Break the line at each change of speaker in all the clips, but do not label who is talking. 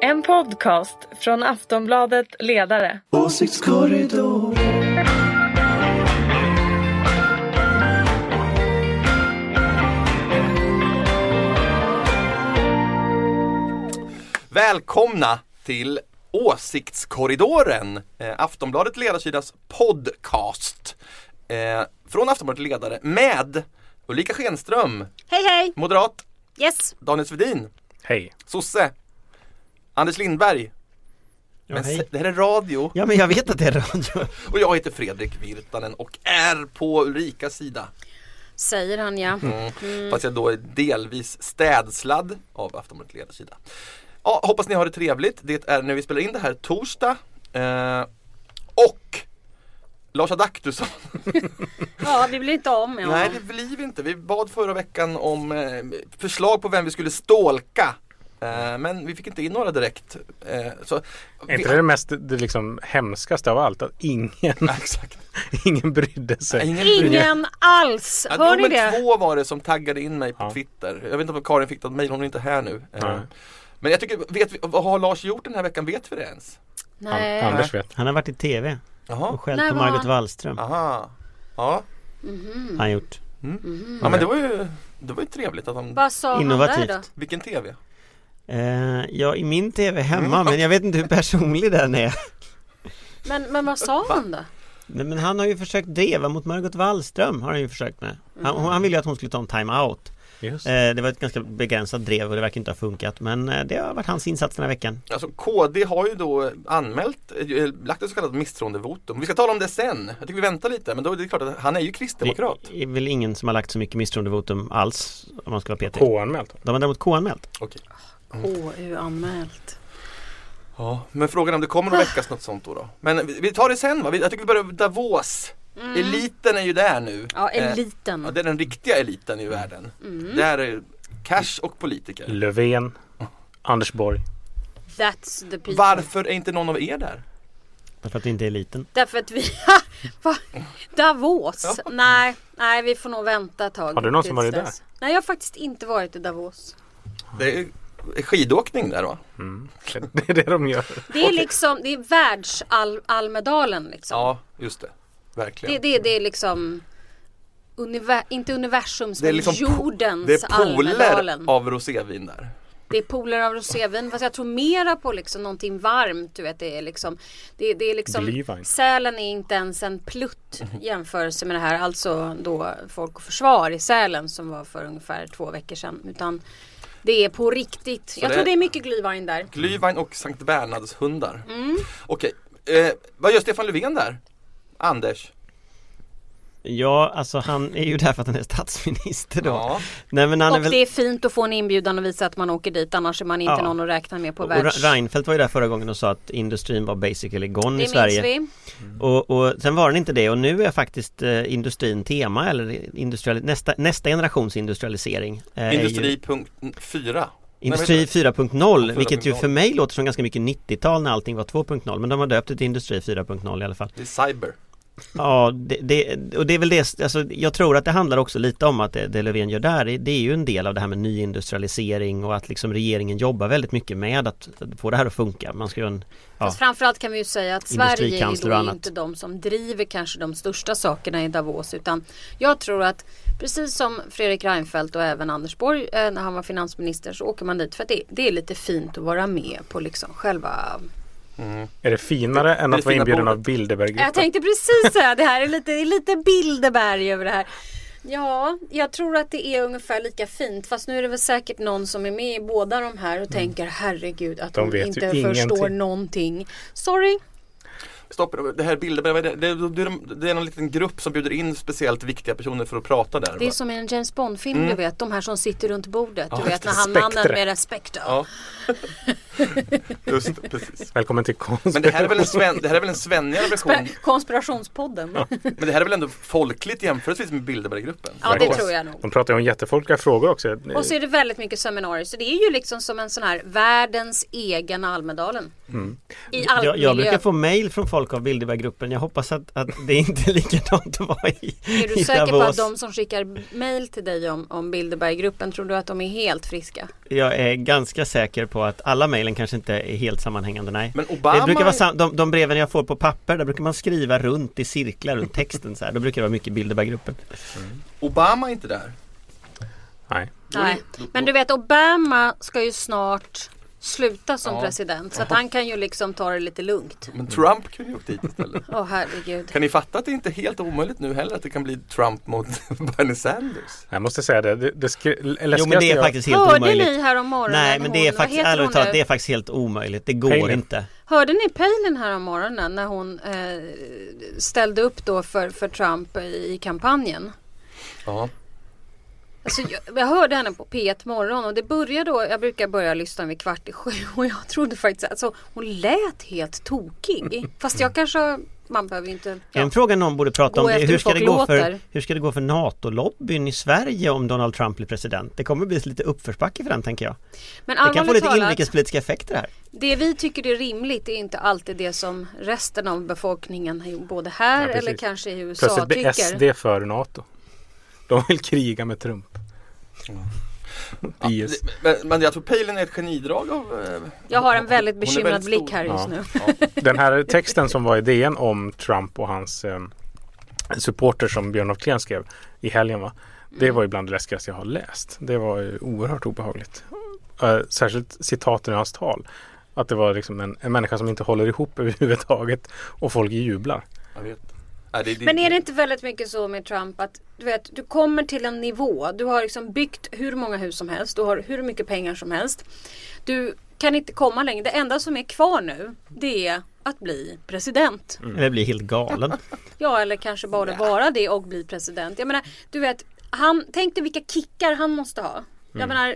En podcast från Aftonbladet Ledare.
Åsiktskorridoren.
Välkomna till Åsiktskorridoren, eh, Aftonbladet Ledarsidas podcast. Eh, från Aftonbladet Ledare med Ulrika Schenström,
Hej hej!
moderat,
Yes!
Daniel Svedin,
Hej.
sosse, Anders Lindberg. Men se- det här är radio
Ja men jag vet att det är radio.
och jag heter Fredrik Virtanen och är på Ulrikas sida.
Säger han ja.
Mm.
Mm.
Fast jag då är delvis städslad av Aftonbladet ledarsida. Ja, hoppas ni har det trevligt. Det är när vi spelar in det här torsdag. Eh, och Lars Adaktusson.
Ja, vi blir inte av med honom.
Nej, det blir vi inte. Vi bad förra veckan om eh, förslag på vem vi skulle stalka. Eh, men vi fick inte in några direkt. Eh, så,
Är inte det det mest det liksom hemskaste av allt? Att ingen,
Exakt.
ingen brydde sig.
Ingen bryr sig.
Ingen alls!
Ja,
Hör ni
nummer
det?
två var det som taggade in mig på
Ja.
Twitter. Jag vet inte om Karin fick något mejl, hon är inte här nu. Eh,
Nej.
Men jag tycker, vet vi, vad har Lars gjort den här veckan? Vet vi det ens? Eh.
An-
Nej.
Anders vet.
Han har varit i TV
Jaha,
och skällt
Nej,
på
vad-
Margot Wallström.
aha. Ja.
Han gjort.
ja,
Mm.
men det var ju, det var ju trevligt att de,
Vad sa han där då?
Innovativt.
vilken TV?
Eh, ja i min TV
Mm.
hemma men jag vet inte hur personlig den är.
Men, men vad sa han då?
Nej, men han har ju försökt driva mot Margot Wallström har han ju försökt med. Han, hon- han ville ju att hon skulle ta en time-out.
Just.
Eh, det var ett ganska begränsat drev och det verkar inte ha funkat men eh, det har varit hans insats den här veckan.
Alltså KD har ju då anmält, eh, lagt ett så kallat misstroendevotum. Vi ska tala om det sen. Jag tycker vi väntar lite, men då är det klart att han är ju kristdemokrat.
Det är väl ingen som har lagt så mycket misstroendevotum alls om man ska vara petig.
K-anmält.
De har däremot K-anmält.
Okej.
KU-anmält.
Ja, men frågan är om det kommer
Ah.
att väckas något sånt då, då? Men vi, vi tar det sen va? Vi, jag tycker vi börjar med Davos.
Mm.
Eliten är ju där nu.
Ja,
Eh,
eliten.
Ja, det är den riktiga eliten i världen.
Mm.
Där är cash och
Mm.
politiker.
Löfven.
Mm.
Anders Borg.
That's the people.
Varför är inte någon av er där?
Därför att det inte är liten.
Därför att vi... Va? Davos? Nej, nej, vi får nog vänta ett tag.
Har du någon som
tills
varit där?
dess. Nej, jag har faktiskt inte varit i Davos.
Det är är skidåkning där va?
Mm. Det är det de gör.
Det är liksom, det är världsal-Almedalen liksom.
Ja, just det. Verkligen.
Det, det, det är liksom univer, inte universums,
Det är
men
liksom po-
jordens
Det är
Almedalen.
pooler av rosévin där.
Det är pooler av rosévin. Fast jag tror mera på liksom någonting varmt. Du vet, det är liksom, det, det är liksom
Glühwein.
Sälen är inte ens en plutt i jämförelse med det här. Alltså då Folk och Försvar i Sälen som var för ungefär två veckor sedan. Utan det är på riktigt. jag
det-
tror det är mycket glühwein där.
Glühwein och Sankt Bernhards hundar.
Mm.
Okej, eh, vad gör Stefan Löfven där? Anders?
Ja, alltså han är ju där för att han är statsminister då.
Ja.
Nej men han
Och
är väl...
det är fint att få en inbjudan och visa att man åker dit. Annars är man inte
Ja.
någon att räkna med på
Och Ra-
världs...
Reinfeldt var ju där förra gången och sa att industrin var basically gone
Det
i
minns
Sverige.
vi.
Och, och sen var den inte det och nu är faktiskt eh, industrin tema eller industriali- nästa, nästa generations industrialisering. eh, är ju-
Industri punkt fyra. Nej, vad heter
Industri
det?
4.0
Ja,
vilket ju
4.0.
för mig låter som ganska mycket 90-tal när allting var 2.0 men de har döpt det till Industri 4.0 i alla fall.
Det är cyber.
Ja, det, det, och det är väl det, alltså, jag tror att det handlar också lite om att det, det Löfven gör där, det är ju en del av det här med nyindustrialisering och att liksom regeringen jobbar väldigt mycket med att få det här att funka. Man ska göra en, ja,
Fast framförallt kan vi ju säga att Sverige är ju
Industrikansler och
då
annat.
inte de som driver kanske de största sakerna i Davos utan jag tror att precis som Fredrik Reinfeldt och även Anders Borg eh, när han var finansminister så åker man dit för att det, det är lite fint att vara med på liksom själva
Är det finare än
det
att vara
fina
inbjuden
bordet?
av Bilderberggruppen?
Jag tänkte precis säga det här är lite, det är lite Bilderberg över det här. Ja, jag tror att det är ungefär lika fint. Fast nu är det väl säkert någon som är med i båda de här och tänker herregud att
De
hon
vet ju
inte förstår
ingenting.
någonting. Sorry,
Stopp, det här Bilderberg, vad är det, det, det, är- det är någon liten grupp som bjuder in speciellt viktiga personer för att prata där.
Det är som i en James Bond-film
Mm.
du vet, de här som sitter runt bordet. Du vet när han
Spectre.
mannen med respekt.
Ja. Just det, precis.
Välkommen till konst.
Men det här är väl en, sven, det här är väl en svennigare version?
Spe- Konspirationspodden. Ja,
Men det här är väl ändå folkligt jämförelsevis med Bilderberggruppen?
det tror jag nog.
De pratar ju om jättefolkliga frågor också.
Och så är det väldigt mycket seminarier. Så det är ju liksom som en sån här världens egen Almedalen. I all
Mm. jag, jag
miljö.
brukar få mail från folk av Bilderberggruppen, jag hoppas att, att det inte är likadant att vara i
Är du
i
säker på
Davos.
att de som skickar mail till dig om, om Bilderberggruppen, tror du att de är helt friska?
Jag är ganska säker på att alla mejl delen kanske inte är helt sammanhängande, nej.
Men Obama...
Det brukar vara sam- de, de breven jag får på papper, där brukar man skriva runt i cirklar runt texten så här. Då brukar det vara mycket Bilderberggruppen.
Obama är inte där.
Nej.
Då är-
Nej.
då-
Men du vet Obama ska ju snart sluta som
Ja.
president. Så att han kan ju liksom ta det lite lugnt.
Mm.
Men Trump kunde ju åkt dit istället.
Åh herregud.
Kan ni fatta att det inte är helt omöjligt nu heller att det kan bli Trump mot Bernie Sanders?
Jag måste säga det. Det, det skri- läskigaste
Jo men det är
jag-
faktiskt helt
Hörde
omöjligt.
ni här om morgonen?
Nej men det är
hon- vad
faktiskt,
heter
ärligt
hon
talat,
nu?
det är faktiskt helt omöjligt. Det går
Palin.
inte.
Hörde ni Palin här om morgonen när hon eh, ställde upp då för, för Trump i, i kampanjen?
Ja.
Alltså, jag, jag hörde henne på P1 morgon och det började då, jag brukar börja lyssna vid kvart i sju och jag trodde faktiskt att alltså, hon lät helt tokig. Fast jag kanske, man behöver ju inte...
En fråga någon borde prata
Gå
om det är
efter
hur ska
hur
det,
folk
gå för,
låter.
hur ska det gå för NATO-lobbyn i Sverige om Donald Trump blir president? Det kommer bli lite uppförsbacke för den tänker jag.
Men
Det kan få
allvarligt
lite
talat,
inrikespolitiska effekter här.
det vi tycker är rimligt är inte alltid det som resten av befolkningen både här
Ja, precis.
eller kanske i USA
Plötsligt blir
tycker.
SD för NATO. De vill kriga med Trump.
Ja,
IS.
det- Men, men jag tror Palin är ett genidrag av... eh,
Jag har en väldigt
hon är
bekymrad
väldigt
blick
stor.
här just
Ja.
nu.
Den här texten som var i DN om Trump och hans eh, supporter som Björn af Kleen skrev i helgen. Va? Det var ju bland det läskigaste jag har läst. Det var ju oerhört obehagligt. Eh, Särskilt citaten i hans tal. Att det var liksom en, en människa som inte håller ihop överhuvudtaget och folk jublar.
Jag vet. Nej, det, det,
Men är det inte väldigt mycket så med Trump att du vet, du kommer till en nivå. Du har liksom byggt hur många hus som helst. Du har hur mycket pengar som helst. Du kan inte komma längre. Det enda som är kvar nu det är att bli president.
Mm.
Eller blir helt galen.
Ja, eller kanske bara vara det och bli president. Jag menar, du vet, han, tänk dig vilka kickar han måste ha. Jag menar,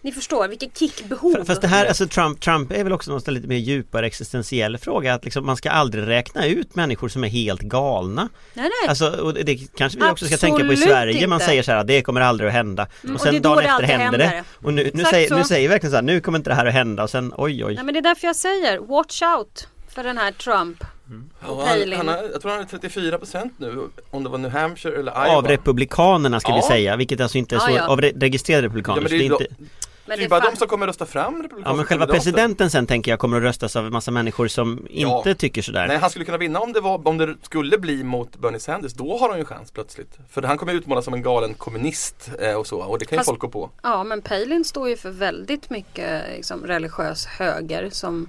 ni förstår vilka kickbehov.
Mm. Fast det här, alltså Trump, Trump är väl också någonstans lite mer djupare existentiell fråga att liksom man ska aldrig räkna ut människor som är helt galna.
Nej, nej.
Alltså, och det kanske vi också ska
Absolut
tänka på i Sverige. Man
inte.
säger så här, det kommer aldrig att hända. och
Mm, och det
sen
är då
dagen
det
efter
alltid
händer det.
händer.
Och nu, nu,
Exakt
säger,
så.
nu säger vi verkligen så här, nu kommer inte det här att hända och sen oj oj.
Nej, men det är därför jag säger watch out för den här Trump.
Ja, han,
Palin.
han har, jag tror han är 34 procent nu, om det var New Hampshire eller Iowa.
Av republikanerna ska vi
Ja.
säga, vilket alltså inte är så,
Ja, ja.
av re- registrerade
Ja,
republikaner.
men
så
det är ju
inte...
de-
Men
det är
det är
bara
fan-
de som kommer rösta fram republikanska
Ja men själva
kandidater.
presidenten sen tänker jag kommer att röstas av en massa människor som
Ja.
inte tycker sådär.
Nej, han skulle kunna vinna om det, var, om det skulle bli mot Bernie Sanders. Då har han ju en chans plötsligt. För han kommer utmålas som en galen kommunist eh, och så. Och det kan ju
Fast-
folk gå på.
Ja, men Palin står ju för väldigt mycket liksom, religiös höger som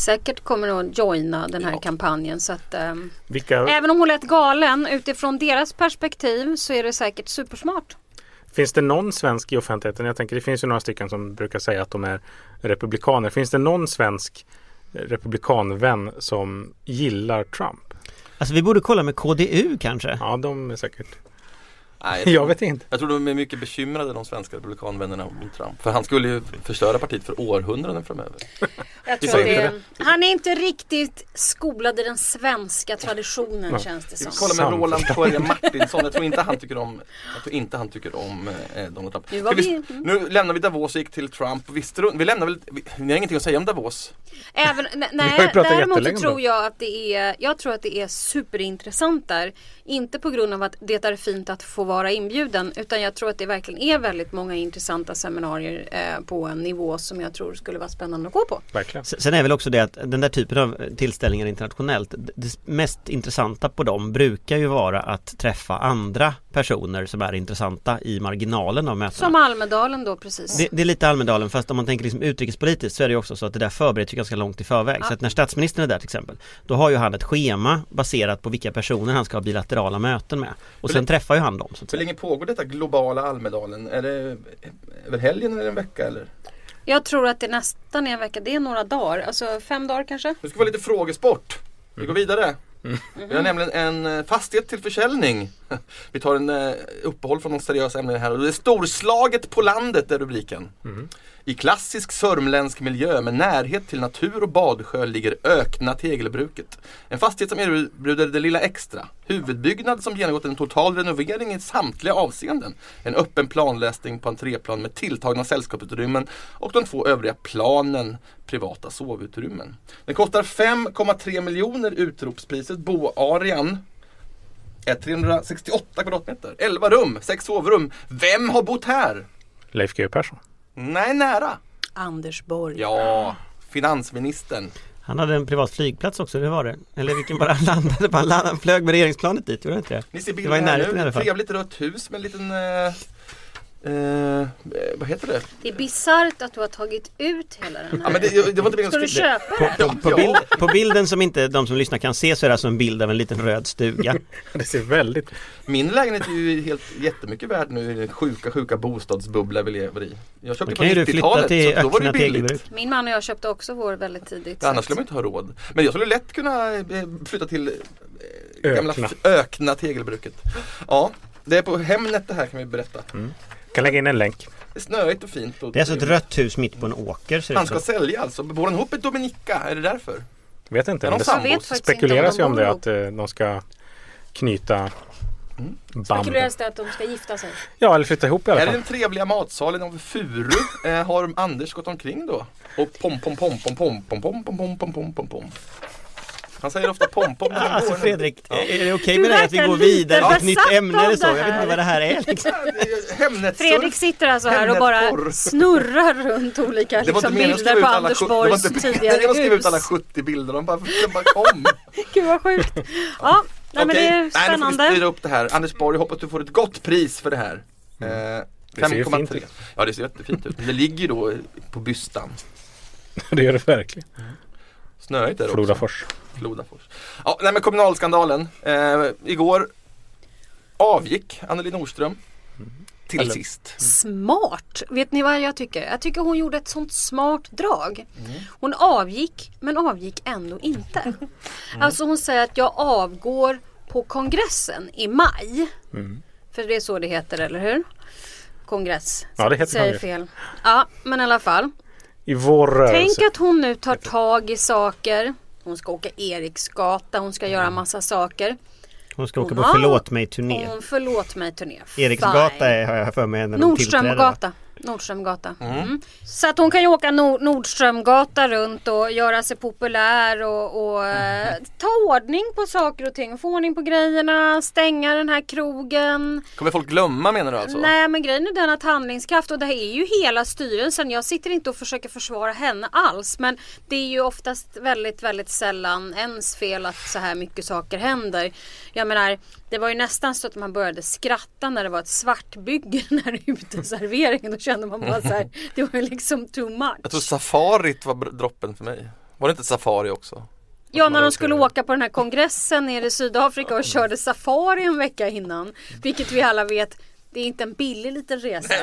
säkert kommer att joina den här
Ja.
kampanjen. Så att, ehm,
Vilka,
Även om hon lät galen utifrån deras perspektiv så är det säkert supersmart.
Finns det någon svensk i offentligheten? Jag tänker det finns ju några stycken som brukar säga att de är republikaner. Finns det någon svensk republikanvän som gillar Trump?
Alltså vi borde kolla med KDU kanske.
Ja, de är säkert.
Nej,
Jag vet inte.
Jag tror de är mycket bekymrade de svenska republikanvännerna om Trump. För han skulle ju förstöra partiet för århundraden framöver.
Jag
Vi
tror att det
säger
är, han är inte riktigt skolad i den svenska traditionen
Ja.
känns det
Vi
som.
kollar med
Sant.
Roland Poirier Martinsson. Jag tror inte han tycker om, jag tror inte han tycker om eh, Donald Trump.
Nu var
Ska
vi- mm.
nu lämnar vi Davos och gick till Trump. Visste du, vi lämnar väl, vi, ni har ingenting att säga om Davos?
Även, nej,
har ju
nej,
pratat
däremot
jättelänge
så
om
tror
det.
jag att det är, jag tror att det är superintressant där. Inte på grund av att det är fint att få vara inbjuden utan jag tror att det verkligen är väldigt många intressanta seminarier eh, på en nivå som jag tror skulle vara spännande att gå på.
Verkligen.
S- Sen är väl också det att den där typen av eh, tillställningar internationellt, d- det mest intressanta på dem brukar ju vara att träffa andra personer som är intressanta i marginalen av mötena.
Som Almedalen då precis.
Det, det är lite Almedalen fast om man tänker liksom utrikespolitiskt så är det ju också så att det där förbereds ju ganska långt i förväg. Så att när statsministern är där till exempel då har ju han ett schema baserat på vilka personer han ska ha bilaterala möten med. Och sen träffar ju han dem. Så att
Hur
säga.
länge pågår detta globala Almedalen? Är det över helgen eller en vecka eller?
Jag tror att det nästan är en vecka, det är några dagar, alltså fem dagar kanske.
Nu ska vi ha lite frågesport. Vi går vidare. Vi har nämligen en eh, fastighet till försäljning. Vi tar en eh, uppehåll från de seriösa ämnena här. Och Det är Storslaget på landet är rubriken.
Mm.
I klassisk sörmländsk miljö med närhet till natur och badsjö ligger Ökna tegelbruket. En fastighet som erbjuder det lilla extra. Huvudbyggnad som genomgått en total renovering i samtliga avseenden. En öppen planlösning på entréplan med tilltagna sällskapsutrymmen och de två övriga planen privata sovutrymmen. Den kostar 5,3 miljoner utropspriset boarean är 368 kvadratmeter, 11 rum, 6 sovrum. Vem har bott här?
Leif GW Persson.
Nej, nära.
Anders Borg.
Ja, finansministern.
Han hade en privat flygplats också, det var det. Eller vilken bara han landade på. Han landade- han flög med regeringsplanet dit, gjorde han inte det?
Ni ser
Det var i
bilden här
närheten i
nu.
alla fall.
Trevligt rött hus med en liten eh, eh, vad heter det?
Det är bisarrt att du har tagit ut hela den här.
Ja, men det, det var inte meningen
Ska du
att skriva.
köpa
På,
Ja,
på,
ja.
bild, på bilden som inte de som lyssnar kan se så är det alltså en bild av en liten röd stuga.
Det ser väldigt...
Min lägenhet är ju helt jättemycket värd nu i den sjuka, sjuka bostadsbubbla vi lever i. Jag köpte
Då
på
kan ju du flytta
90-talet
till
så då var det
Öckna
ju billigt.
Tegelbruk.
Min man och jag köpte också vår väldigt tidigt.
Annars skulle man inte ha råd. Men jag skulle lätt kunna eh, flytta till eh, gamla
Ökna.
f- ökna tegelbruket. Ja, det är på Hemnet det här kan vi berätta.
Kan lägga in en länk.
Det är snöigt och fint. Och
Mm. Det är alltså ett
trevligt.
rött hus mitt på en åker
Typ
ser det
Han
ut
ska
som.
sälja alltså. Bor han ihop med Dominika? Är det därför?
Vet inte.
Är
Men
de
det
sambos?
vet faktiskt
spekuleras
inte
ju
om
om
de
det
bor
att eh, de ska knyta band.
Spekuleras det att de ska gifta sig?
Ja, eller flytta ihop i alla
Här är
fall.
den trevliga matsalen av Furu. Eh, har Anders gått omkring då? Och pom pom pom pom pom pom pom pom pom pom pom pom pom. Han säger ofta pom pom när han
Alltså
går.
Fredrik,
Ja.
är det okej
Du
med det här att vi
verkar
går
lite
vidare till ett
besatt
nytt ämne
av
eller så?
det
Jag vet inte
här.
vad det här är liksom.
Hemnetsurf.
Fredrik sitter alltså här och bara
Hemnetporr.
snurrar runt olika
Det var inte
liksom,
meningen att skriva
bilder
ut
på
alla
Anders
sju- det var
Borgs
inte meningen
tidigare
att skriva ut
hus.
alla 70 bilder. De bara, de bara kom.
Gud vad sjukt. Ja, nej, men det
Okej.
är
Nej, nu får vi styra
spännande.
upp det här. Anders Borg, jag hoppas du får ett gott pris för det här. Eh,
Mm. Det ser ju
5,3.
fint ut.
Ja det ser jättefint ut. Det ligger ju då på bystan.
Det gör det verkligen.
Snöigt där också.
Flodafors.
Flodafors. Ja, nej men kommunalskandalen. Eh, igår avgick Annelie Nordström. Till
Eller-
sist.
Smart! Vet ni vad jag tycker? Jag tycker hon gjorde ett sånt smart drag.
Mm.
Hon avgick, men avgick ändå inte. Alltså hon säger att jag avgår på kongressen i maj.
Mm.
För det är så det heter, eller hur? Kongress.
Ja, det heter
Säger
kongress.
fel. Ja, men i alla fall.
I vår rörelse.
Tänk att hon nu tar tag i saker. Hon ska åka Eriksgata, hon ska
Mm.
göra massa saker.
Hon ska åka
Hon
på
har-
förlåt mig-turné.
Hon förlåt mig-turné.
Eriksgata
Fine.
är, har jag för mig när de tillträdde. va?
Nordströmgata. Nordströmgata. Mm. Så att hon kan ju åka Nor- Nordströmgata runt och göra sig populär och, och eh, ta ordning på saker och ting. Få ordning på grejerna, stänga den här krogen.
Kommer folk glömma menar du alltså?
Nej men grejen är den att handlingskraft och det här är ju hela styrelsen. Jag sitter inte och försöker försvara henne alls men det är ju oftast väldigt väldigt sällan ens fel att så här mycket saker händer. Jag menar det var ju nästan så att man började skratta när det var ett svartbygge i den här uteserveringen. Då kände man bara så här det var ju liksom too
Jag tror
much.
safarit var br- droppen för mig. Var det inte safari också?
Ja när de skulle åka på den här kongressen nere i Sydafrika och körde safari en vecka innan. Vilket vi alla vet det är inte en billig liten resa.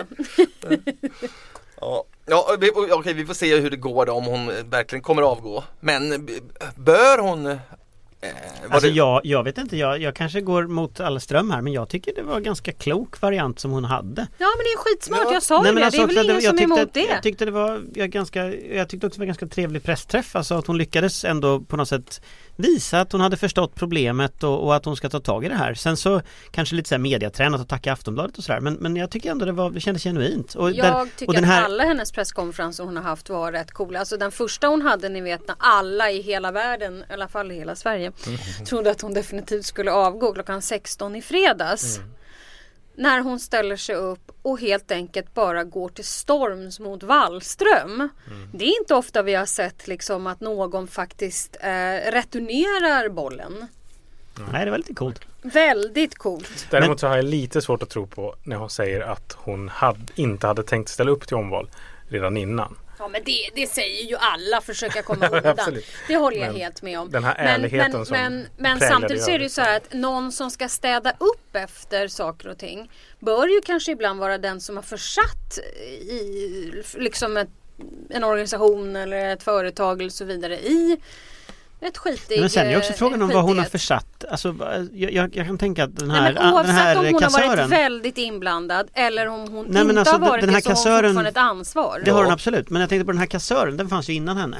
Ja, ja vi, och- okej vi får se hur det går då, om hon eh, verkligen kommer avgå. Men eh, b- bör hon? Eh, var
Alltså
det,
jag, jag vet inte, jag, jag kanske går mot alla ström här men jag tycker det var en ganska klok variant som hon hade.
Ja men det är skitsmart,
Ja.
jag sa ju det. det är väl
alltså också att
ingen
jag
som är
tyckte
emot
att-
det.
Jag tyckte, det var, jag, ganska, jag tyckte också det var en ganska trevlig pressträff, alltså att hon lyckades ändå på något sätt visa att hon hade förstått problemet och, och att hon ska ta tag i det här. Sen så kanske lite så här mediatränat och tacka Aftonbladet och sådär men, men jag tycker ändå det, var, det kändes genuint. Och
jag
där-
tycker
och den här-
att alla hennes presskonferenser hon har haft var rätt coola. Alltså den första hon hade, ni vet när alla i hela världen, i alla fall i hela Sverige,
Mm.
trodde att hon definitivt skulle avgå klockan 16 i fredags.
Mm.
När hon ställer sig upp och helt enkelt bara går till storms mot
Mm.
Wallström. Det är inte ofta vi har sett liksom att någon faktiskt eh, returnerar bollen.
Nej det var lite coolt.
Väldigt coolt.
Däremot så har jag lite svårt att tro på när hon säger att hon hade, inte hade tänkt ställa upp till omval redan innan.
Ja men det, det säger ju alla försöka komma undan.
Absolut.
det håller jag
Men
helt med om.
den här ärligheten
men,
som
men, men
präglade
samtidigt så är det ju
övrigt.
så här att någon som ska städa upp efter saker och ting bör ju kanske ibland vara den som har försatt i liksom ett, en organisation eller ett företag eller så vidare i ett eh, skitigt
Men sen är ju också frågan om vad hon har försatt, alltså va- jag, jag, jag kan tänka att den här,
Nej, men oavsett
den här
om hon
kassören
har varit väldigt inblandad eller om hon
men
inte
alltså,
har varit
den här
det så har hon
kassören-
fortfarande ett ansvar.
Det har hon absolut, men jag tänkte på den här kassören, den fanns ju innan henne.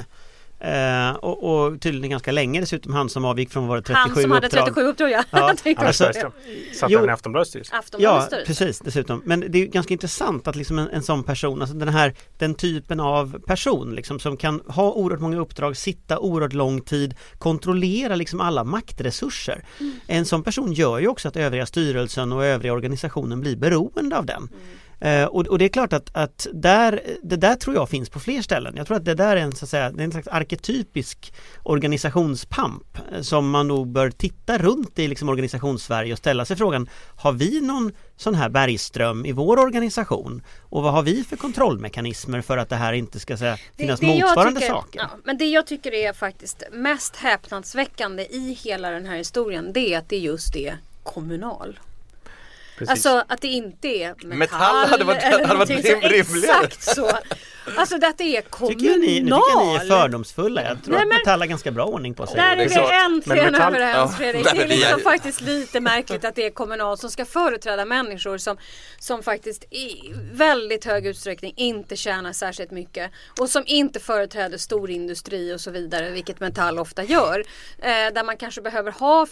Eh, och, och tydligen ganska länge dessutom, han som avgick från var det 37
Han som hade 37 uppdrag ja.
Ja,
Jag tänkte
Anders
Alltså,
Bergström satt
jo.
även i Aftonbladets styrelse.
Ja,
Aftonbladets styrelse.
precis dessutom. Men det är ju ganska intressant att liksom en, en sån person, alltså den här den typen av person liksom, som kan ha oerhört många uppdrag, sitta oerhört lång tid, kontrollera liksom alla maktresurser.
Mm.
En sån person gör ju också att övriga styrelsen och övriga organisationen blir beroende av den. Eh, och, och det är klart att, att där, det där tror jag finns på fler ställen. Jag tror att det där är en, så att säga, det är en slags arketypisk organisationspamp eh, som man nog bör titta runt i liksom organisationssverige och ställa sig frågan Har vi någon sån här bergström i vår organisation? Och vad har vi för kontrollmekanismer för att det här inte ska så att säga, finnas
jag
motsvarande
tycker,
saker?
Ja, men det jag tycker är faktiskt mest häpnadsväckande i hela den här historien det är att det just är kommunal.
Precis.
Alltså att det inte är metall.
Metall hade varit-
eller
hade varit
någonting så-
rim- rimligare.
Exakt så. Alltså det att det är kommunal.
Tycker jag ni, nu tycker jag ni är fördomsfulla. Jag tror
Nej, men-
att Metall har ganska bra ordning på sig.
Där
det
är
är
vi
klart.
Men
äntligen
Metall-
överens
Ja,
Fredrik.
där
Det är
är vi.
liksom faktiskt lite märkligt att det är kommunal som ska företräda människor som, som faktiskt i väldigt hög utsträckning inte tjänar särskilt mycket och som inte företräder storindustri och så vidare, vilket Metall ofta gör. Eh, där man kanske behöver ha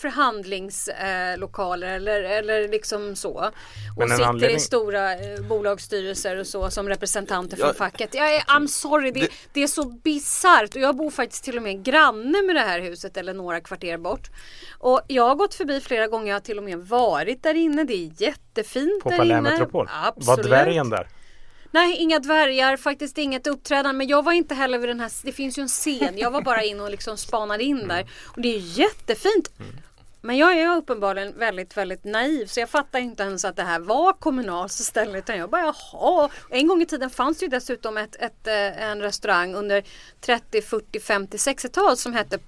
förhandlingslokaler eh, lokaler eller, eller liksom så. Och
Men en
sitter i
anledning-
stora eh, bolagsstyrelser och så som representanter för
Ja,
facket. Jag är, I'm sorry, det,
Det-
det är så bisarrt och jag bor faktiskt till och med granne med det här huset eller några kvarter bort. Och jag har gått förbi flera gånger, jag har till och med varit där inne. Det är jättefint
På
där
Palais
inne.
Metropol. Var
Absolut.
dvärgen där?
Nej, inga dvärgar, faktiskt inget uppträdande. Men jag var inte heller vid den här, det finns ju en scen. Jag var bara inne och liksom spanade in där. Och det är ju jättefint. Men jag är uppenbarligen väldigt, väldigt naiv så jag fattar ju inte ens att det här var kommunalt ställe utan jag bara jaha. En gång i tiden fanns det ju dessutom ett, ett, eh, en restaurang under 30, 40, 50, 60-tal som hette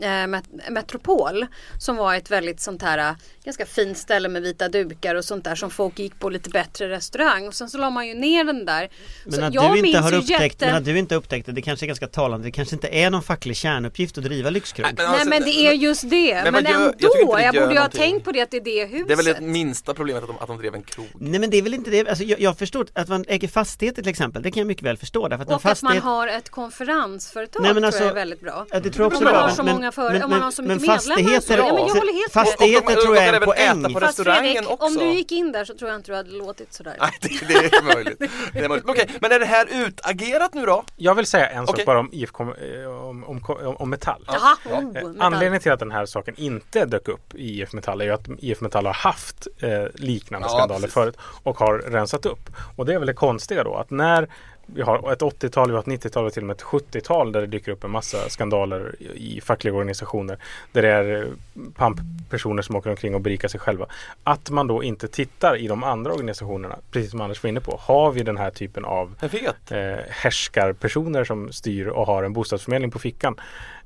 eh, Met- Metropol som var ett väldigt sånt här eh, ganska fint ställe med vita dukar och sånt där som folk gick på lite bättre restaurang och sen så la man ju ner den där.
Men
så
att,
jag
du inte
minns
har
ju
upptäckt,
jätte-
men att du inte upptäckte, det kanske är ganska talande, det kanske inte är någon facklig kärnuppgift att driva lyxkrog.
Nej, men
Nej
alltså,
men det är just det. Men,
Men vad gör- jag
ändå,
tycker inte
jag,
det gör
borde ju ha
någonting.
tänkt på det att det är det huset.
Det är väl det minsta problemet att de, att de drev en krog.
Nej men det är väl inte det, alltså, jag, jag förstår att man äger fastigheter till exempel, det kan jag mycket väl förstå därför att en
Och att man
fastighet
har ett konferensföretag
Nej, men
tror jag
alltså-
är väldigt bra.
Ja, det tror jag
Om
också
man
det
har
var,
så många för- om man har så mycket
men
medlemmar och så.
fastigheter,
Ja, men jag håller helt med.
fastigheter
Och de-
tror jag är
de
en
kan även äta
poäng.
på
Fast Fredrik,
restaurangen
om
också.
du gick in där så tror jag inte du hade låtit sådär.
Nej, det, det är möjligt. Det är möjligt. Men Okej, men är det här utagerat nu då?
Jag vill säga en
Okej.
sak bara om, IFK, eh, om, om, om, om Metall.
Jaha,
Ja.
oh,
Eh,
metall.
Anledningen till att den här saken inte dök upp i IF Metall är ju att IF Metall har haft eh, liknande
Ja,
skandaler
precis.
förut och har rensat upp. Och det är väl det konstiga då att när vi har ett 80-tal, vi har ett 90-tal och till och med ett 70-tal där det dyker upp en massa skandaler i i fackliga organisationer där det är eh, pamppersoner som åker omkring och berikar sig själva. Att man då inte tittar i de andra organisationerna, precis som Anders var inne på. Har vi den här typen av
Jag vet.
eh, härskarpersoner som styr och har en bostadsförmedling på fickan.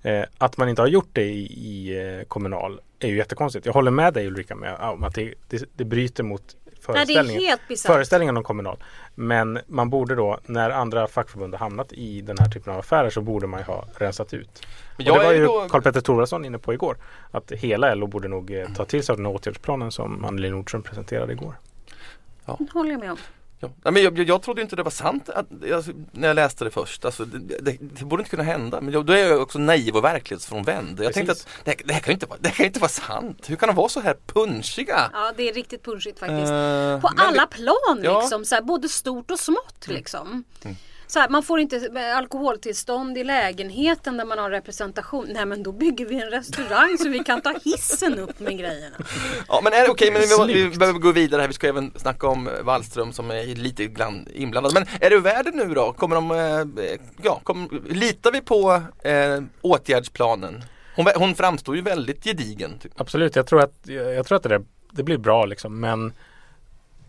Eh, att man inte har gjort det i, i eh, kommunal är ju jättekonstigt. Jag håller med dig Ulrika med, om att det, det, det bryter mot
Nej det är
föreställningen,
helt bisarrt.
föreställningen om kommunal. Men man borde då, när andra fackförbund har hamnat i den här typen av affärer så borde man ju ha rensat ut.
Men
och det var
jag är
ju
ju då...
Karl-Petter Thorwaldsson inne på igår. Att hela LO borde nog eh, ta till sig av den här åtgärdsplanen som Anneli Nordström presenterade igår.
Det håller jag med om.
Ja. Nej, men jag, jag, jag trodde inte det var sant att, alltså, när jag läste det först. Alltså, det, det, det borde inte kunna hända. Men jag, då är jag också naiv och verklighetsfrånvänd. Jag tänkte att det, här- det, här kan ju inte vara, det här kan ju inte vara sant. Hur kan de vara så här punschiga?
Ja det är riktigt punschigt faktiskt.
Eh,
På
men
alla
det-
plan
Ja. Mm.
liksom. Så här, både stort och smått liksom. Så här, man får inte eh, alkoholtillstånd i lägenheten där man har representation. Nej men då bygger vi en restaurang så vi kan ta hissen upp med grejerna.
Ja men är det okej, men vi, vi
Snyggt.
behöver gå vidare här. Vi ska även snacka om eh, Wallström som är lite ibland inblandad. Men är det ur världen nu då? Kommer de, eh, ja, kom, litar vi på eh, åtgärdsplanen? Hon, vä- hon framstår ju väldigt gedigen. Typ.
Absolut, jag tror att, jag jag tror att det, där, det blir bra liksom. Men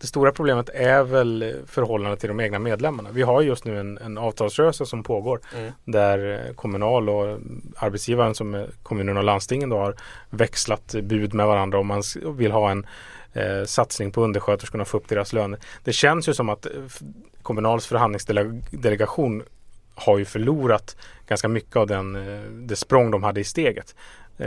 det stora problemet är väl förhållandet till de egna medlemmarna. Vi har just nu en, en avtalsrörelse som pågår
Mm.
där eh, Kommunal och arbetsgivaren som är kommunen och landstingen då har växlat bud med varandra om man s- vill ha en eh, satsning på undersköterskorna och få upp deras löner. Det känns ju som att eh, f- Kommunals förhandlingsdelegation har ju förlorat ganska mycket av den, eh, det språng de hade i steget. Eh,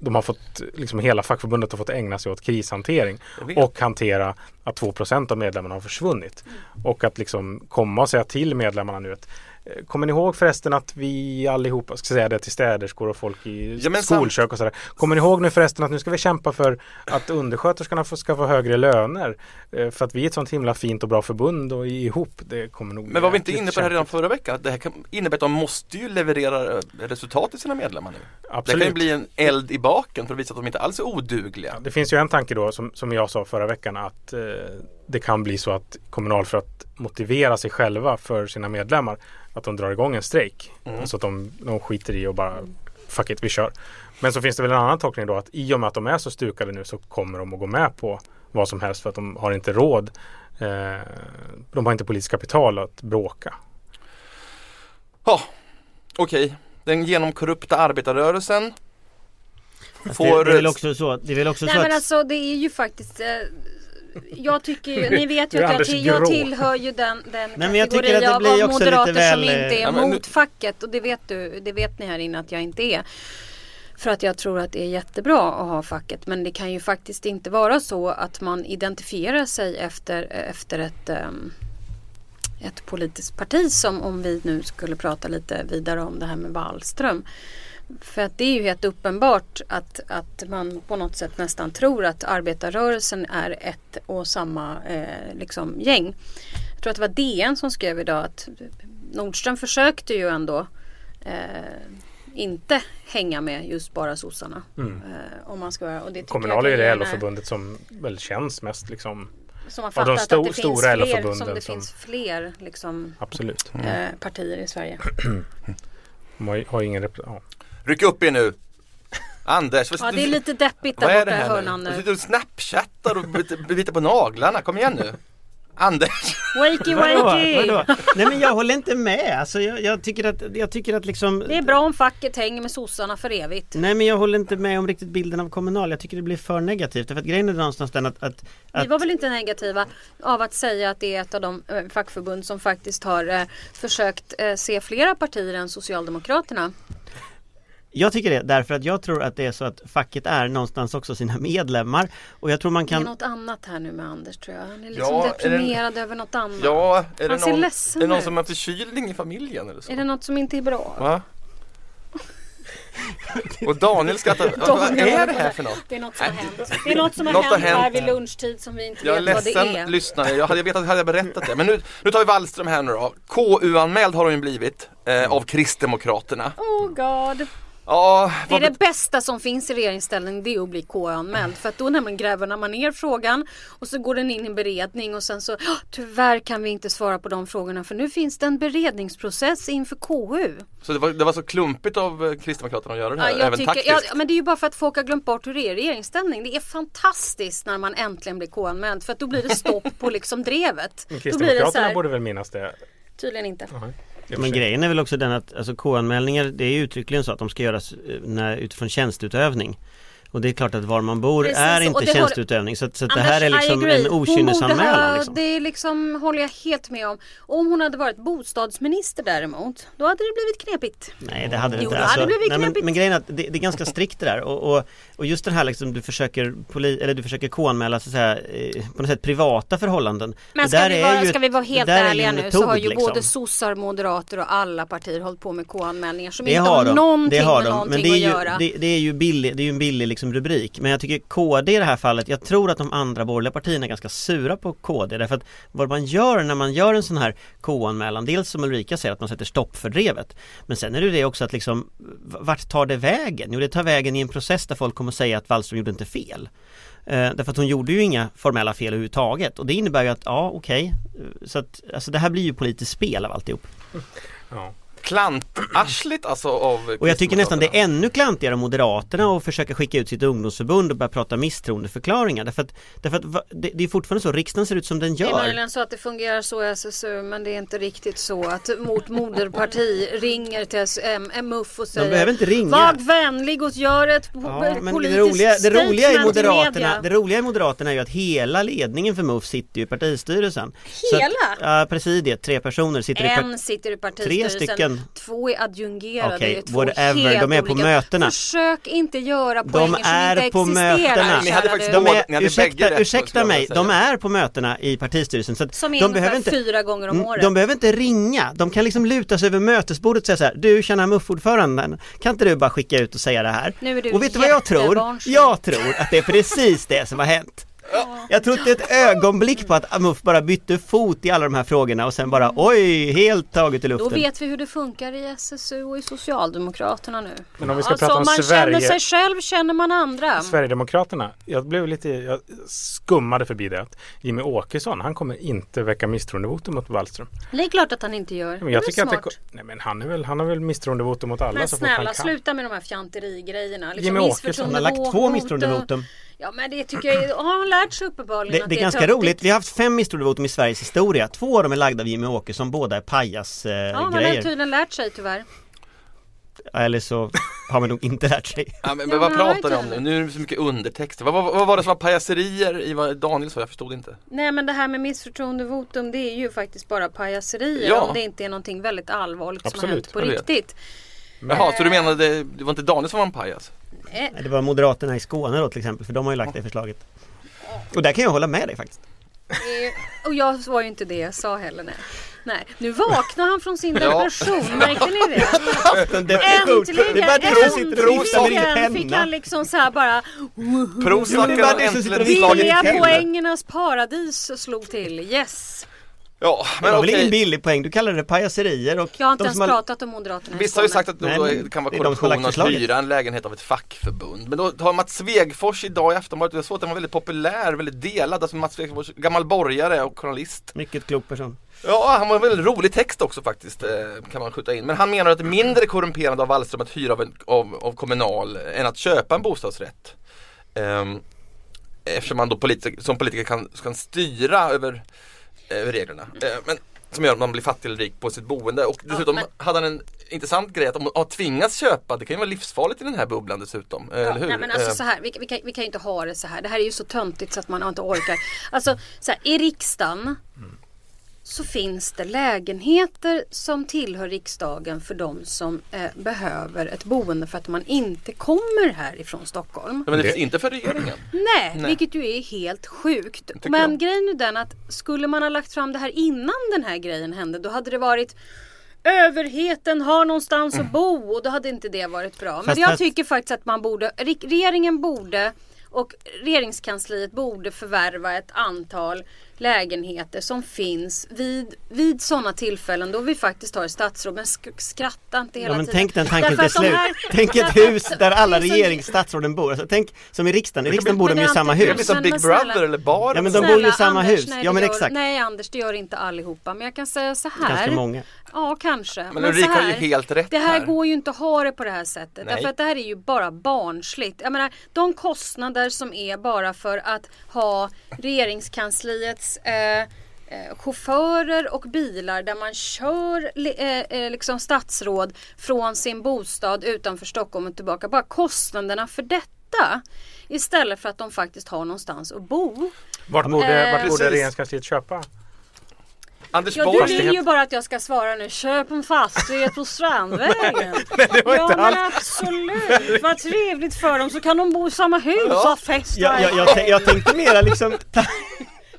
De har fått, liksom hela fackförbundet har fått ägna sig åt krishantering
Jag vet.
och hantera att 2 av medlemmarna har försvunnit.
Mm.
Och att liksom komma och säga till medlemmarna nu att eh, Kommer ni ihåg förresten att vi allihopa, ska säga det till städerskor och folk i
Ja, men sant.
skolkök och sådär. Kommer ni ihåg nu förresten att nu ska vi kämpa för att undersköterskorna får- ska få högre löner? Eh, För att vi är ett sånt himla fint och bra förbund och ihop. Det kommer nog
Men var vi inte
jäkligt
inne på det här redan
kämpigt.
förra veckan? Att Det här kan, innebär att de måste ju leverera eh, resultat till sina medlemmar nu. Det
Absolut.
kan ju bli en eld i baken för att visa att de inte alls är odugliga.
Det finns ju en tanke då som, som jag sa förra veckan att eh, det kan bli så att Kommunal för att motivera sig själva för sina medlemmar att de drar igång en strejk.
Mm.
Så att de, de skiter i och bara fuck it, vi kör. Men så finns det väl en annan tolkning då att i och med att de är så stukade nu så kommer de att gå med på vad som helst för att de har inte råd. Eh, de har inte politiskt kapital att bråka.
Ja, okej. Den genomkorrupta arbetarrörelsen
Fast
får...
det, det är väl också så, det är väl också
Nej
så
men
att
alltså det är ju faktiskt eh, jag tycker ju, ni vet ju
Nu är
att jag,
Anders
till, jag
grå.
tillhör ju den, den
men jag tycker
kategori
att det
av-
blir
av
också lite
moderater
väl,
som inte är
Ja, men
mot
nu-
facket och det vet, du, det vet ni här inne att jag inte är. För att jag tror att det är jättebra att ha facket men det kan ju faktiskt inte vara så att man identifierar sig efter, efter ett ehm, ett politiskt parti som om vi nu skulle prata lite vidare om det här med Wallström. För att det är ju helt uppenbart att, att man på något sätt nästan tror att arbetarrörelsen är ett och samma eh, liksom, gäng. Jag tror att det var DN som skrev idag att Nordström försökte ju ändå eh, inte hänga med just bara sossarna.
Mm.
Eh, om man ska vara, och det tycker
Kommunal är
jag
ju
kan
det
gärna-
LO-förbundet som väl känns mest liksom.
som har
de
fattat
sto-
att det finns
stora
fler, som
LO-förbunden
det
som-
finns fler liksom,
Absolut.
eh, partier i Sverige.
De har, ju- har ju ingen rep- ja.
Ryck upp er nu! Anders,
Ja,
vad,
det är lite deppigt
vad
där
är det
borta i
här
hörnan
nu?
eh. nu.
Du sitter och snapchattar och bit- biter på naglarna, kom igen nu! Anders!
Wakey
Vadå?
wakey!
Vadå? Nej men jag håller inte med. Alltså, jag, jag, tycker att, jag tycker att liksom...
Det är bra om facket hänger med sossarna för evigt.
Nej men jag håller inte med om riktigt bilden av Kommunal. Jag tycker det blir för negativt. För att grejen är någonstans den att... att, att
Vi var väl inte negativa av att säga att det är ett av de eh, fackförbund som faktiskt har eh, försökt eh, se flera partier än Socialdemokraterna.
Jag tycker det därför att jag tror att det är så att facket är någonstans också sina medlemmar. Och jag tror man
Det är
kan...
något annat här nu med Anders tror jag. Han är liksom
Ja, är det-
deprimerad över något annat.
Ja, är det,
Han ser
någon, är
ledsen
det någon
ut.
som har förkylning i familjen eller så?
Är det något som inte är bra?
Va? Och Daniel skrattar, vad
Daniel-
är det här för något?
Det är något som har hänt. Det är något som har
Något
hänt,
har
här
hänt.
vid lunchtid som vi inte
Jag är
vet vad det är.
ledsen lyssnare, jag hade jag vetat hade jag berättat det. Men nu, nu tar vi Wallström här nu då. KU-anmäld har hon ju blivit eh, av Kristdemokraterna.
Oh god.
Ja,
Det är
vad
det bästa som finns i regeringsställning det är att bli KU-anmäld för att då nämligen gräver man ner frågan och så går den in i beredning och sen så "Åh, tyvärr kan vi inte svara på de frågorna för nu finns det en beredningsprocess inför KU.
Så det var, det var så klumpigt av eh, Kristdemokraterna att göra det här,
Ja, jag
även
tycker, ja,
taktiskt.
men det är ju bara för att folk har glömt bort hur det är i regeringsställning. Det är fantastiskt när man äntligen blir KU-anmäld för att då blir det stopp på liksom drevet. Då blir det så
Kristdemokraterna
här,
borde väl minnas det.
tydligen inte.
i och för
Men
sig.
grejen är väl också den att alltså, K-anmälningar det är ju uttryckligen så att de ska göras eh, när, utifrån tjänsteutövning. Och det är klart att var man bor
Precis,
är
och
inte
det har-
tjänsteutövning. Så, att, så att det
Anders,
här är
I
liksom
agree.
en
Hon borde
okynnesanmälan.
ha-
Liksom.
Det är liksom håller jag helt med om. Om hon hade varit bostadsminister däremot, då hade det blivit knepigt.
Nej det hade det
Jo,
inte. Alltså,
det hade blivit
nej, men,
knepigt.
men grejen är att det, det är ganska strikt det där och, och, och just det här liksom du försöker, poli, eller du försöker KU-anmäla så att säga, eh, på något sätt privata förhållanden.
Men
Det
ska
där
vi,
är
vara,
ju
ska
ett-
vi vara
det
helt
där är ju
ärliga
en
nu så
metod,
har ju
liksom.
både sossar, moderater och alla partier hållit på med KU-anmälningar som
Det
inte
har
har,
de,
någonting
det har
med
de.
någonting
Men det är,
att
ju,
göra.
det, det är ju billig, det är ju en billig liksom rubrik. Men jag tycker KD i det här fallet, jag tror att de andra borgerliga partierna är ganska sura på KD. Därför att vad man gör när man gör en sån här KU-anmälan, dels som Ulrika säger att man sätter stopp för drevet. Men sen är det ju det också att liksom, v- vart tar det vägen? Jo det tar vägen i en process där folk kommer att säga att Wallström gjorde inte fel. Eh, därför att hon gjorde ju inga formella fel överhuvudtaget och det innebär ju att, ja okej, Eh, så att alltså det här blir ju politiskt spel av alltihop.
Ja.
Klantarsligt alltså av
Och jag tycker nästan det
Kristdemokraterna.
är ännu klantigare av Moderaterna att försöka skicka ut sitt ungdomsförbund och börja prata misstroendeförklaringar. Därför att, därför att va- det, det är fortfarande så, riksdagen ser ut som den
Det är
gör.
möjligen så att det fungerar så i SSU men det är inte riktigt så att vårt moderparti ringer till SM, MUF och säger
behöver inte ringa.
Var vänlig och gör ett po-
Ja, men det
politiskt
roliga, det, roliga i
statement i
Moderaterna,
media.
det roliga i Moderaterna är ju att hela ledningen för MUF sitter ju i partistyrelsen. Så att-
Hela?
Ja, presidiet, tre personer sitter i
En
partistyrelsen.
sitter i partistyrelsen,
Tre stycken.
två är adjungerade.
Okej,
det är två
whatever,
helt
de är på
olika.
mötena.
Försök inte göra
De
poänger
är
som inte
på mötena.
existerar.
Ni hade
kära
faktiskt
du.
De
båda- ni
är,
hade bägge
ursäkta
rätt, skulle
ursäkta
jag
mig,
vilja
de
säga.
är på mötena i partistyrelsen. Så att
Som är
de behöver
ungefär
inte,
fyra gånger om
Mm,
året.
De behöver inte ringa, de kan liksom luta sig över mötesbordet och säga så här, du känner MUF-ordföranden, kan inte du bara skicka ut och säga det här?
Nu är du
och vet du vad jag tror?
jättebarnslig.
Jag tror att det är precis det som har hänt. Jag tror inte ett ögonblick på att Amuf bara bytte fot i alla de här frågorna och sen bara oj, helt taget i
Mm. Då
luften.
vet vi hur det funkar i SSU och i Socialdemokraterna nu.
Men om vi ska
alltså,
prata om
man känner
Sverige,
sig själv känner man andra.
Sverigedemokraterna. Jag blev lite, jag skummade förbi det. Att Jimmy Åkesson, han kommer inte väcka misstroendevotum mot Wallström.
Det är klart att han inte gör.
Men jag
Han är
tycker att det,
smart.
nej men han, är väl, han har väl misstroendevotum mot alla
Men
så fort han
snälla
kan.
sluta med de här fjanterigrejerna. Liksom
Jimmie Åkesson,
Han har lagt två
misstroendevotum.
misstroendevotum.
Ja men det tycker jag är, har han lärt sig uppenbarligen
Det,
att
det är ganska
tökigt.
roligt. Vi har haft fem misstroendevotum i Sveriges historia. Två av dem är lagda av Jimmy Åkesson, båda är eh,
Ja typ- han har
pajas-grejer.
tydligen lärt sig tyvärr.
Eller så har man nog inte lärt sig.
Ja, men,
Ja,
men vad
men jag vet
pratar ni om
inte.
nu? Nu är det så mycket undertexter. Vad, vad, vad var det som var pajaserier i vad Daniel sa? Jag förstod inte.
Nej men det här med missförtroendevotum det är ju faktiskt bara pajaserier
Ja.
om det inte är någonting väldigt allvarligt som
Absolut,
har hänt på
jag vet.
riktigt.
Jaha, så du menade, det var inte Daniel som var en pajas?
Eh,
Det var Moderaterna i Skåne då till exempel, för de har ju lagt det förslaget. Och där kan jag hålla med dig faktiskt.
det är- Och jag var ju inte det jag sa heller nej. Nej, nu vaknar han från sin
Ja.
depression, märker ni det?
Det är bara du som sitter och viftar med
Äntligen
din
fick han
penna.
liksom så här bara
Prov
det var
snackade
det som
äntligen
sitter och visar.
slaget.
Billiga
Vilken?
poängernas paradis slog till. Yes!
Ja,
Det
men
var väl ingen
okej.
billig poäng, du kallar det pajaserier och
Jag har inte
de
ens
som har-
pratat om Moderaterna i
Vissa har ju
Skåne.
sagt att då
Nej, men
det kan vara
det är de som har lagt
korruption att
förslaget.
hyra en lägenhet av ett fackförbund. Men då har Mats Svegfors idag i Aftonbladet, jag såg att den var väldigt populär, väldigt delad. Alltså Mats Svegfors, gammal borgare och journalist.
Mycket klok person.
Ja, han var en väldigt rolig text också faktiskt, eh, kan man skjuta in. Men han menar att det är mindre korrumperande av Wallström att hyra av, en, av, av kommunal än att köpa en bostadsrätt. Ehm, eftersom man då politi- som politiker kan, kan styra över, över reglerna. Ehm, men som gör att man blir fattig eller rik på sitt boende. Och dessutom
men-
hade han en intressant grej att om man tvingas köpa, det kan ju vara livsfarligt i den här bubblan dessutom. eh,
Ja,
eller hur?
nej men alltså
Ehm,
så här, vi, vi, kan, vi kan ju inte ha det så här. Det här är ju så töntigt så att man inte orkar. Alltså så här, i riksdagen så finns det lägenheter som tillhör riksdagen för de som eh, behöver ett boende för att man inte kommer härifrån Stockholm.
Eh, men
Det-
det finns inte för regeringen.
Nej,
Nej.
vilket ju är helt sjukt.
tycker
Men
jag.
grejen är den att skulle man ha lagt fram det här innan den här grejen hände då hade det varit Överheten har någonstans att bo och då hade inte det varit bra. Men
Fast-
jag
fast-
tycker faktiskt att man borde, re- regeringen borde och regeringskansliet borde förvärva ett antal lägenheter som finns vid, vid sådana tillfällen då vi faktiskt har statsråd. Men sk- skratta inte hela
Ja men
tiden.
tänk den tanken
Därför
till
att de
slut.
här-
Tänk ett
därför att
hus där alla
det är så-
regeringsstatsråden bor. Alltså, tänk som i riksdagen, i riksdagen bor de
Men
ju i
det är
samma
alltid-
Det
hus.
blir som
Men-
Big
men snälla-
Brother eller Bar.
Ja, men de bor ju i samma
Anders,
hus.
Nej,
Ja
det
men
gör,
exakt,
Nej Anders, det gör inte allihopa. Men jag kan säga så här.
ganska många.
Ja, kanske. Men, så
Ulrika har ju
här.
helt rätt
Det här
här.
går ju inte att ha det på det här
Nej.
sättet. Därför att det här är ju bara barnsligt. Jag menar, de kostnader som är bara för att ha regeringskansliets eh, eh, chaufförer och bilar där man kör li- eh, eh, liksom statsråd från sin bostad utanför Stockholm och tillbaka. Bara kostnaderna för detta. Istället för att de faktiskt har någonstans att bo.
Vart
Eh,
borde, vart
Precis.
borde regeringskansliet köpa?
Anders
Ja,
Borg.
du vill ju bara att jag ska svara nu. Köp en fastighet på Strandvägen.
var
ja
inte
men
alls-
absolut. Vad trevligt för dem så kan de bo i samma hus och ha fest
Jag, jag,
varje
jag,
helg.
tän- jag tänkte mera liksom,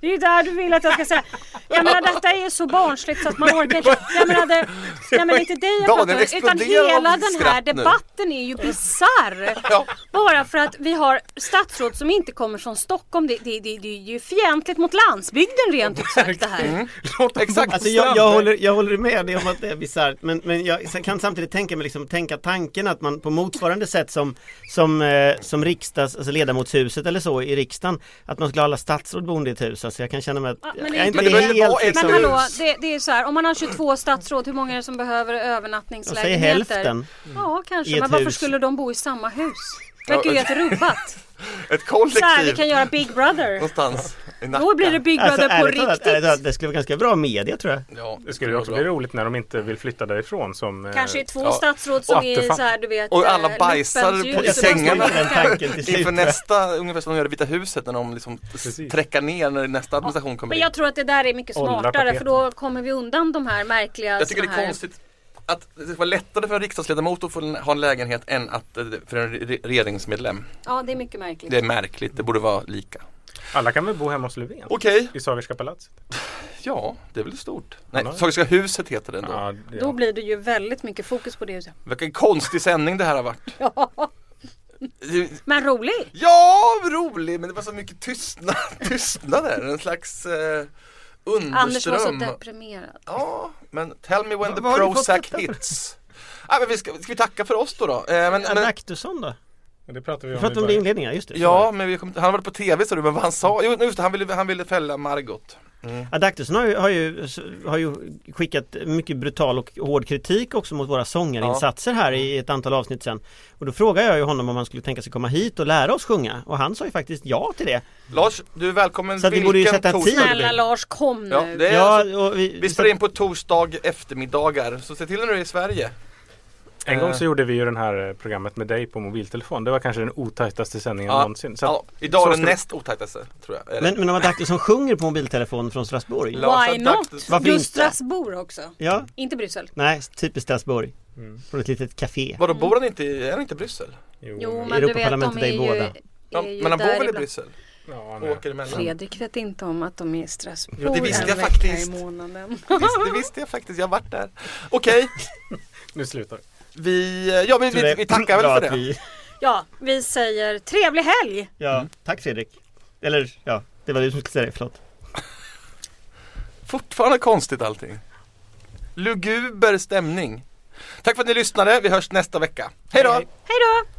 Det är där du vill att jag ska säga. Jag menar detta är så barnsligt så att man orkar inte. Jag menar det, nej, men inte dig jag
Daniel
pratar om, utan
exploderar av
hela den här
skratt nu.
debatten är ju bisarr.
Ja.
Bara för att vi har statsråd som inte kommer från Stockholm. Det, det, det, det är ju fientligt mot landsbygden rent ut sagt det här.
Exakt.
Alltså jag, jag, håller, jag håller med dig om att det är bisarrt men, men jag sen kan samtidigt tänka mig liksom, tänka tanken att man på motsvarande sätt som som, eh, som riksdags, alltså ledamotshuset eller så i riksdagen att man skulle ha alla statsråd boende i ett hus. Alltså jag kan känna mig att
Ja, men
jag
det
är
är
inte
inte- Men det
helt
var ett
liksom,
Men hallå,
hus.
det, det är så här, om man har 22 statsråd, hur många är det som behöver
jag säger
övernattningslägenheter?
hälften.
Ja,
I
kanske.
ett
Men varför
hus.
skulle de bo i samma hus? Det verkar ju
Ja,
helt rubbat.
Ett
Så här, vi
kollektiv
kan göra Big Brother.
någonstans i Nacka.
Då blir det Big
Alltså,
Brother på
ärligt talat, ärligt talat,
riktigt.
det skulle vara ganska bra media tror jag.
Ja,
Det skulle ju också bli roligt när de inte vill flytta därifrån som... eh,
Kanske är två
Ja.
statsråd som är i
Attefall.
så här, du vet,
Och alla
eh,
bajsar
luppens
på
ljus. Alltså,
Jag
sängarna.
tänkte inte den tanken till slut.
Inför
tror jag.
nästa, ungefär som de gör i Vita huset när de liksom s-
Precis.
träckar ner när nästa administration kommer
Men
in.
jag tror att det där är mycket
Olla
smartare för
tapeten.
då kommer vi undan de här märkliga
Jag tycker det
såna
är
här-
konstigt att det ska vara lättare för en riksdagsledamot att få en- ha en lägenhet än att eh, för en re- regeringsmedlem.
Ja, det är mycket märkligt.
Det är märkligt, det borde vara lika.
Alla kan väl bo hemma hos Löfven?
Okej,
I Sagerska palatset?
ja det är väl stort. Nej,
Ja.
Sagerska huset heter det ändå.
Ja, det-
Då blir det ju väldigt mycket fokus på det.
Vilken konstig sändning det här har varit.
Men rolig!
Ja, rolig, men det var så mycket tystnad, tystnader, en slags eh,
Anders var så
underström.
deprimerad.
Ja, men tell me when the
Vad har du fått
Prozac
detta för?
hits. Ah, men vi ska, ska vi tacka för oss då? då? Eh, men, men,
Adaktusson då?
Men det pratar vi
Vi
om i
pratade om det i
början.
inledningen, just det.
ja, men vi kom, han har varit på tv sa du, men vad han sa? Jo, just det, han ville, han ville fälla Margot. Mm.
Adaktusson har ju, har, ju, har ju skickat mycket brutal och hård kritik också mot våra sångarinsatser här i ett antal avsnitt sen. Och då frågade jag ju honom om han skulle tänka sig komma hit och lära oss sjunga och han sa ju faktiskt ja till det.
Lars, du är välkommen
Så att vi borde ju
vilken
sätta
torsdag
tid.
det blir.
Snälla Lars kom nu.
Ja, det är, alltså-
Ja, och vi,
Vi spelar in på torsdag eftermiddagar, så se till när du är i Sverige.
En gång så gjorde vi ju det här eh, programmet med dig på mobiltelefon. Det var kanske den otajtaste sändningen
Ja.
någonsin. Så att,
ja, idag
så
är den
ska vi-
näst otajtaste, tror jag. Eller?
men, men om Adaktusson sjunger på mobiltelefon från Strasbourg?
La- Lars
Why
har
not?
takt-
Varför
du
inte?
Strasbourg också.
Ja,
Inte Bryssel.
nej, typiskt Strasbourg.
Mm.
Från ett litet café.
Vadå, bor han inte i, är han inte i Bryssel?
Jo
Jo,
men du vet de
Mm, Europaparlamentet
är
är i
ju,
båda.
är
Ja,
ju
men han bor
där
väl i
ibland.
Bryssel?
ja,
Och
nej.
åker emellan.
Fredrik vet inte om att de är i Strasbourg
Jo, det visste jag
en vecka
faktiskt.
i månaden.
Visst, det visste jag faktiskt, jag har varit där. Okej,
nu slutar vi.
vi, ja, vi,
Så det
vi,
är
vi tackar väl
bra
för
att
det.
vi-
Ja, vi säger trevlig helg!
Ja,
Mm.
tack Fredrik. Eller ja, det var du som skulle säga det, förlåt.
Fortfarande konstigt allting. Luguber stämning. Tack för att ni lyssnade, vi hörs nästa vecka. Hej då!
Hej då!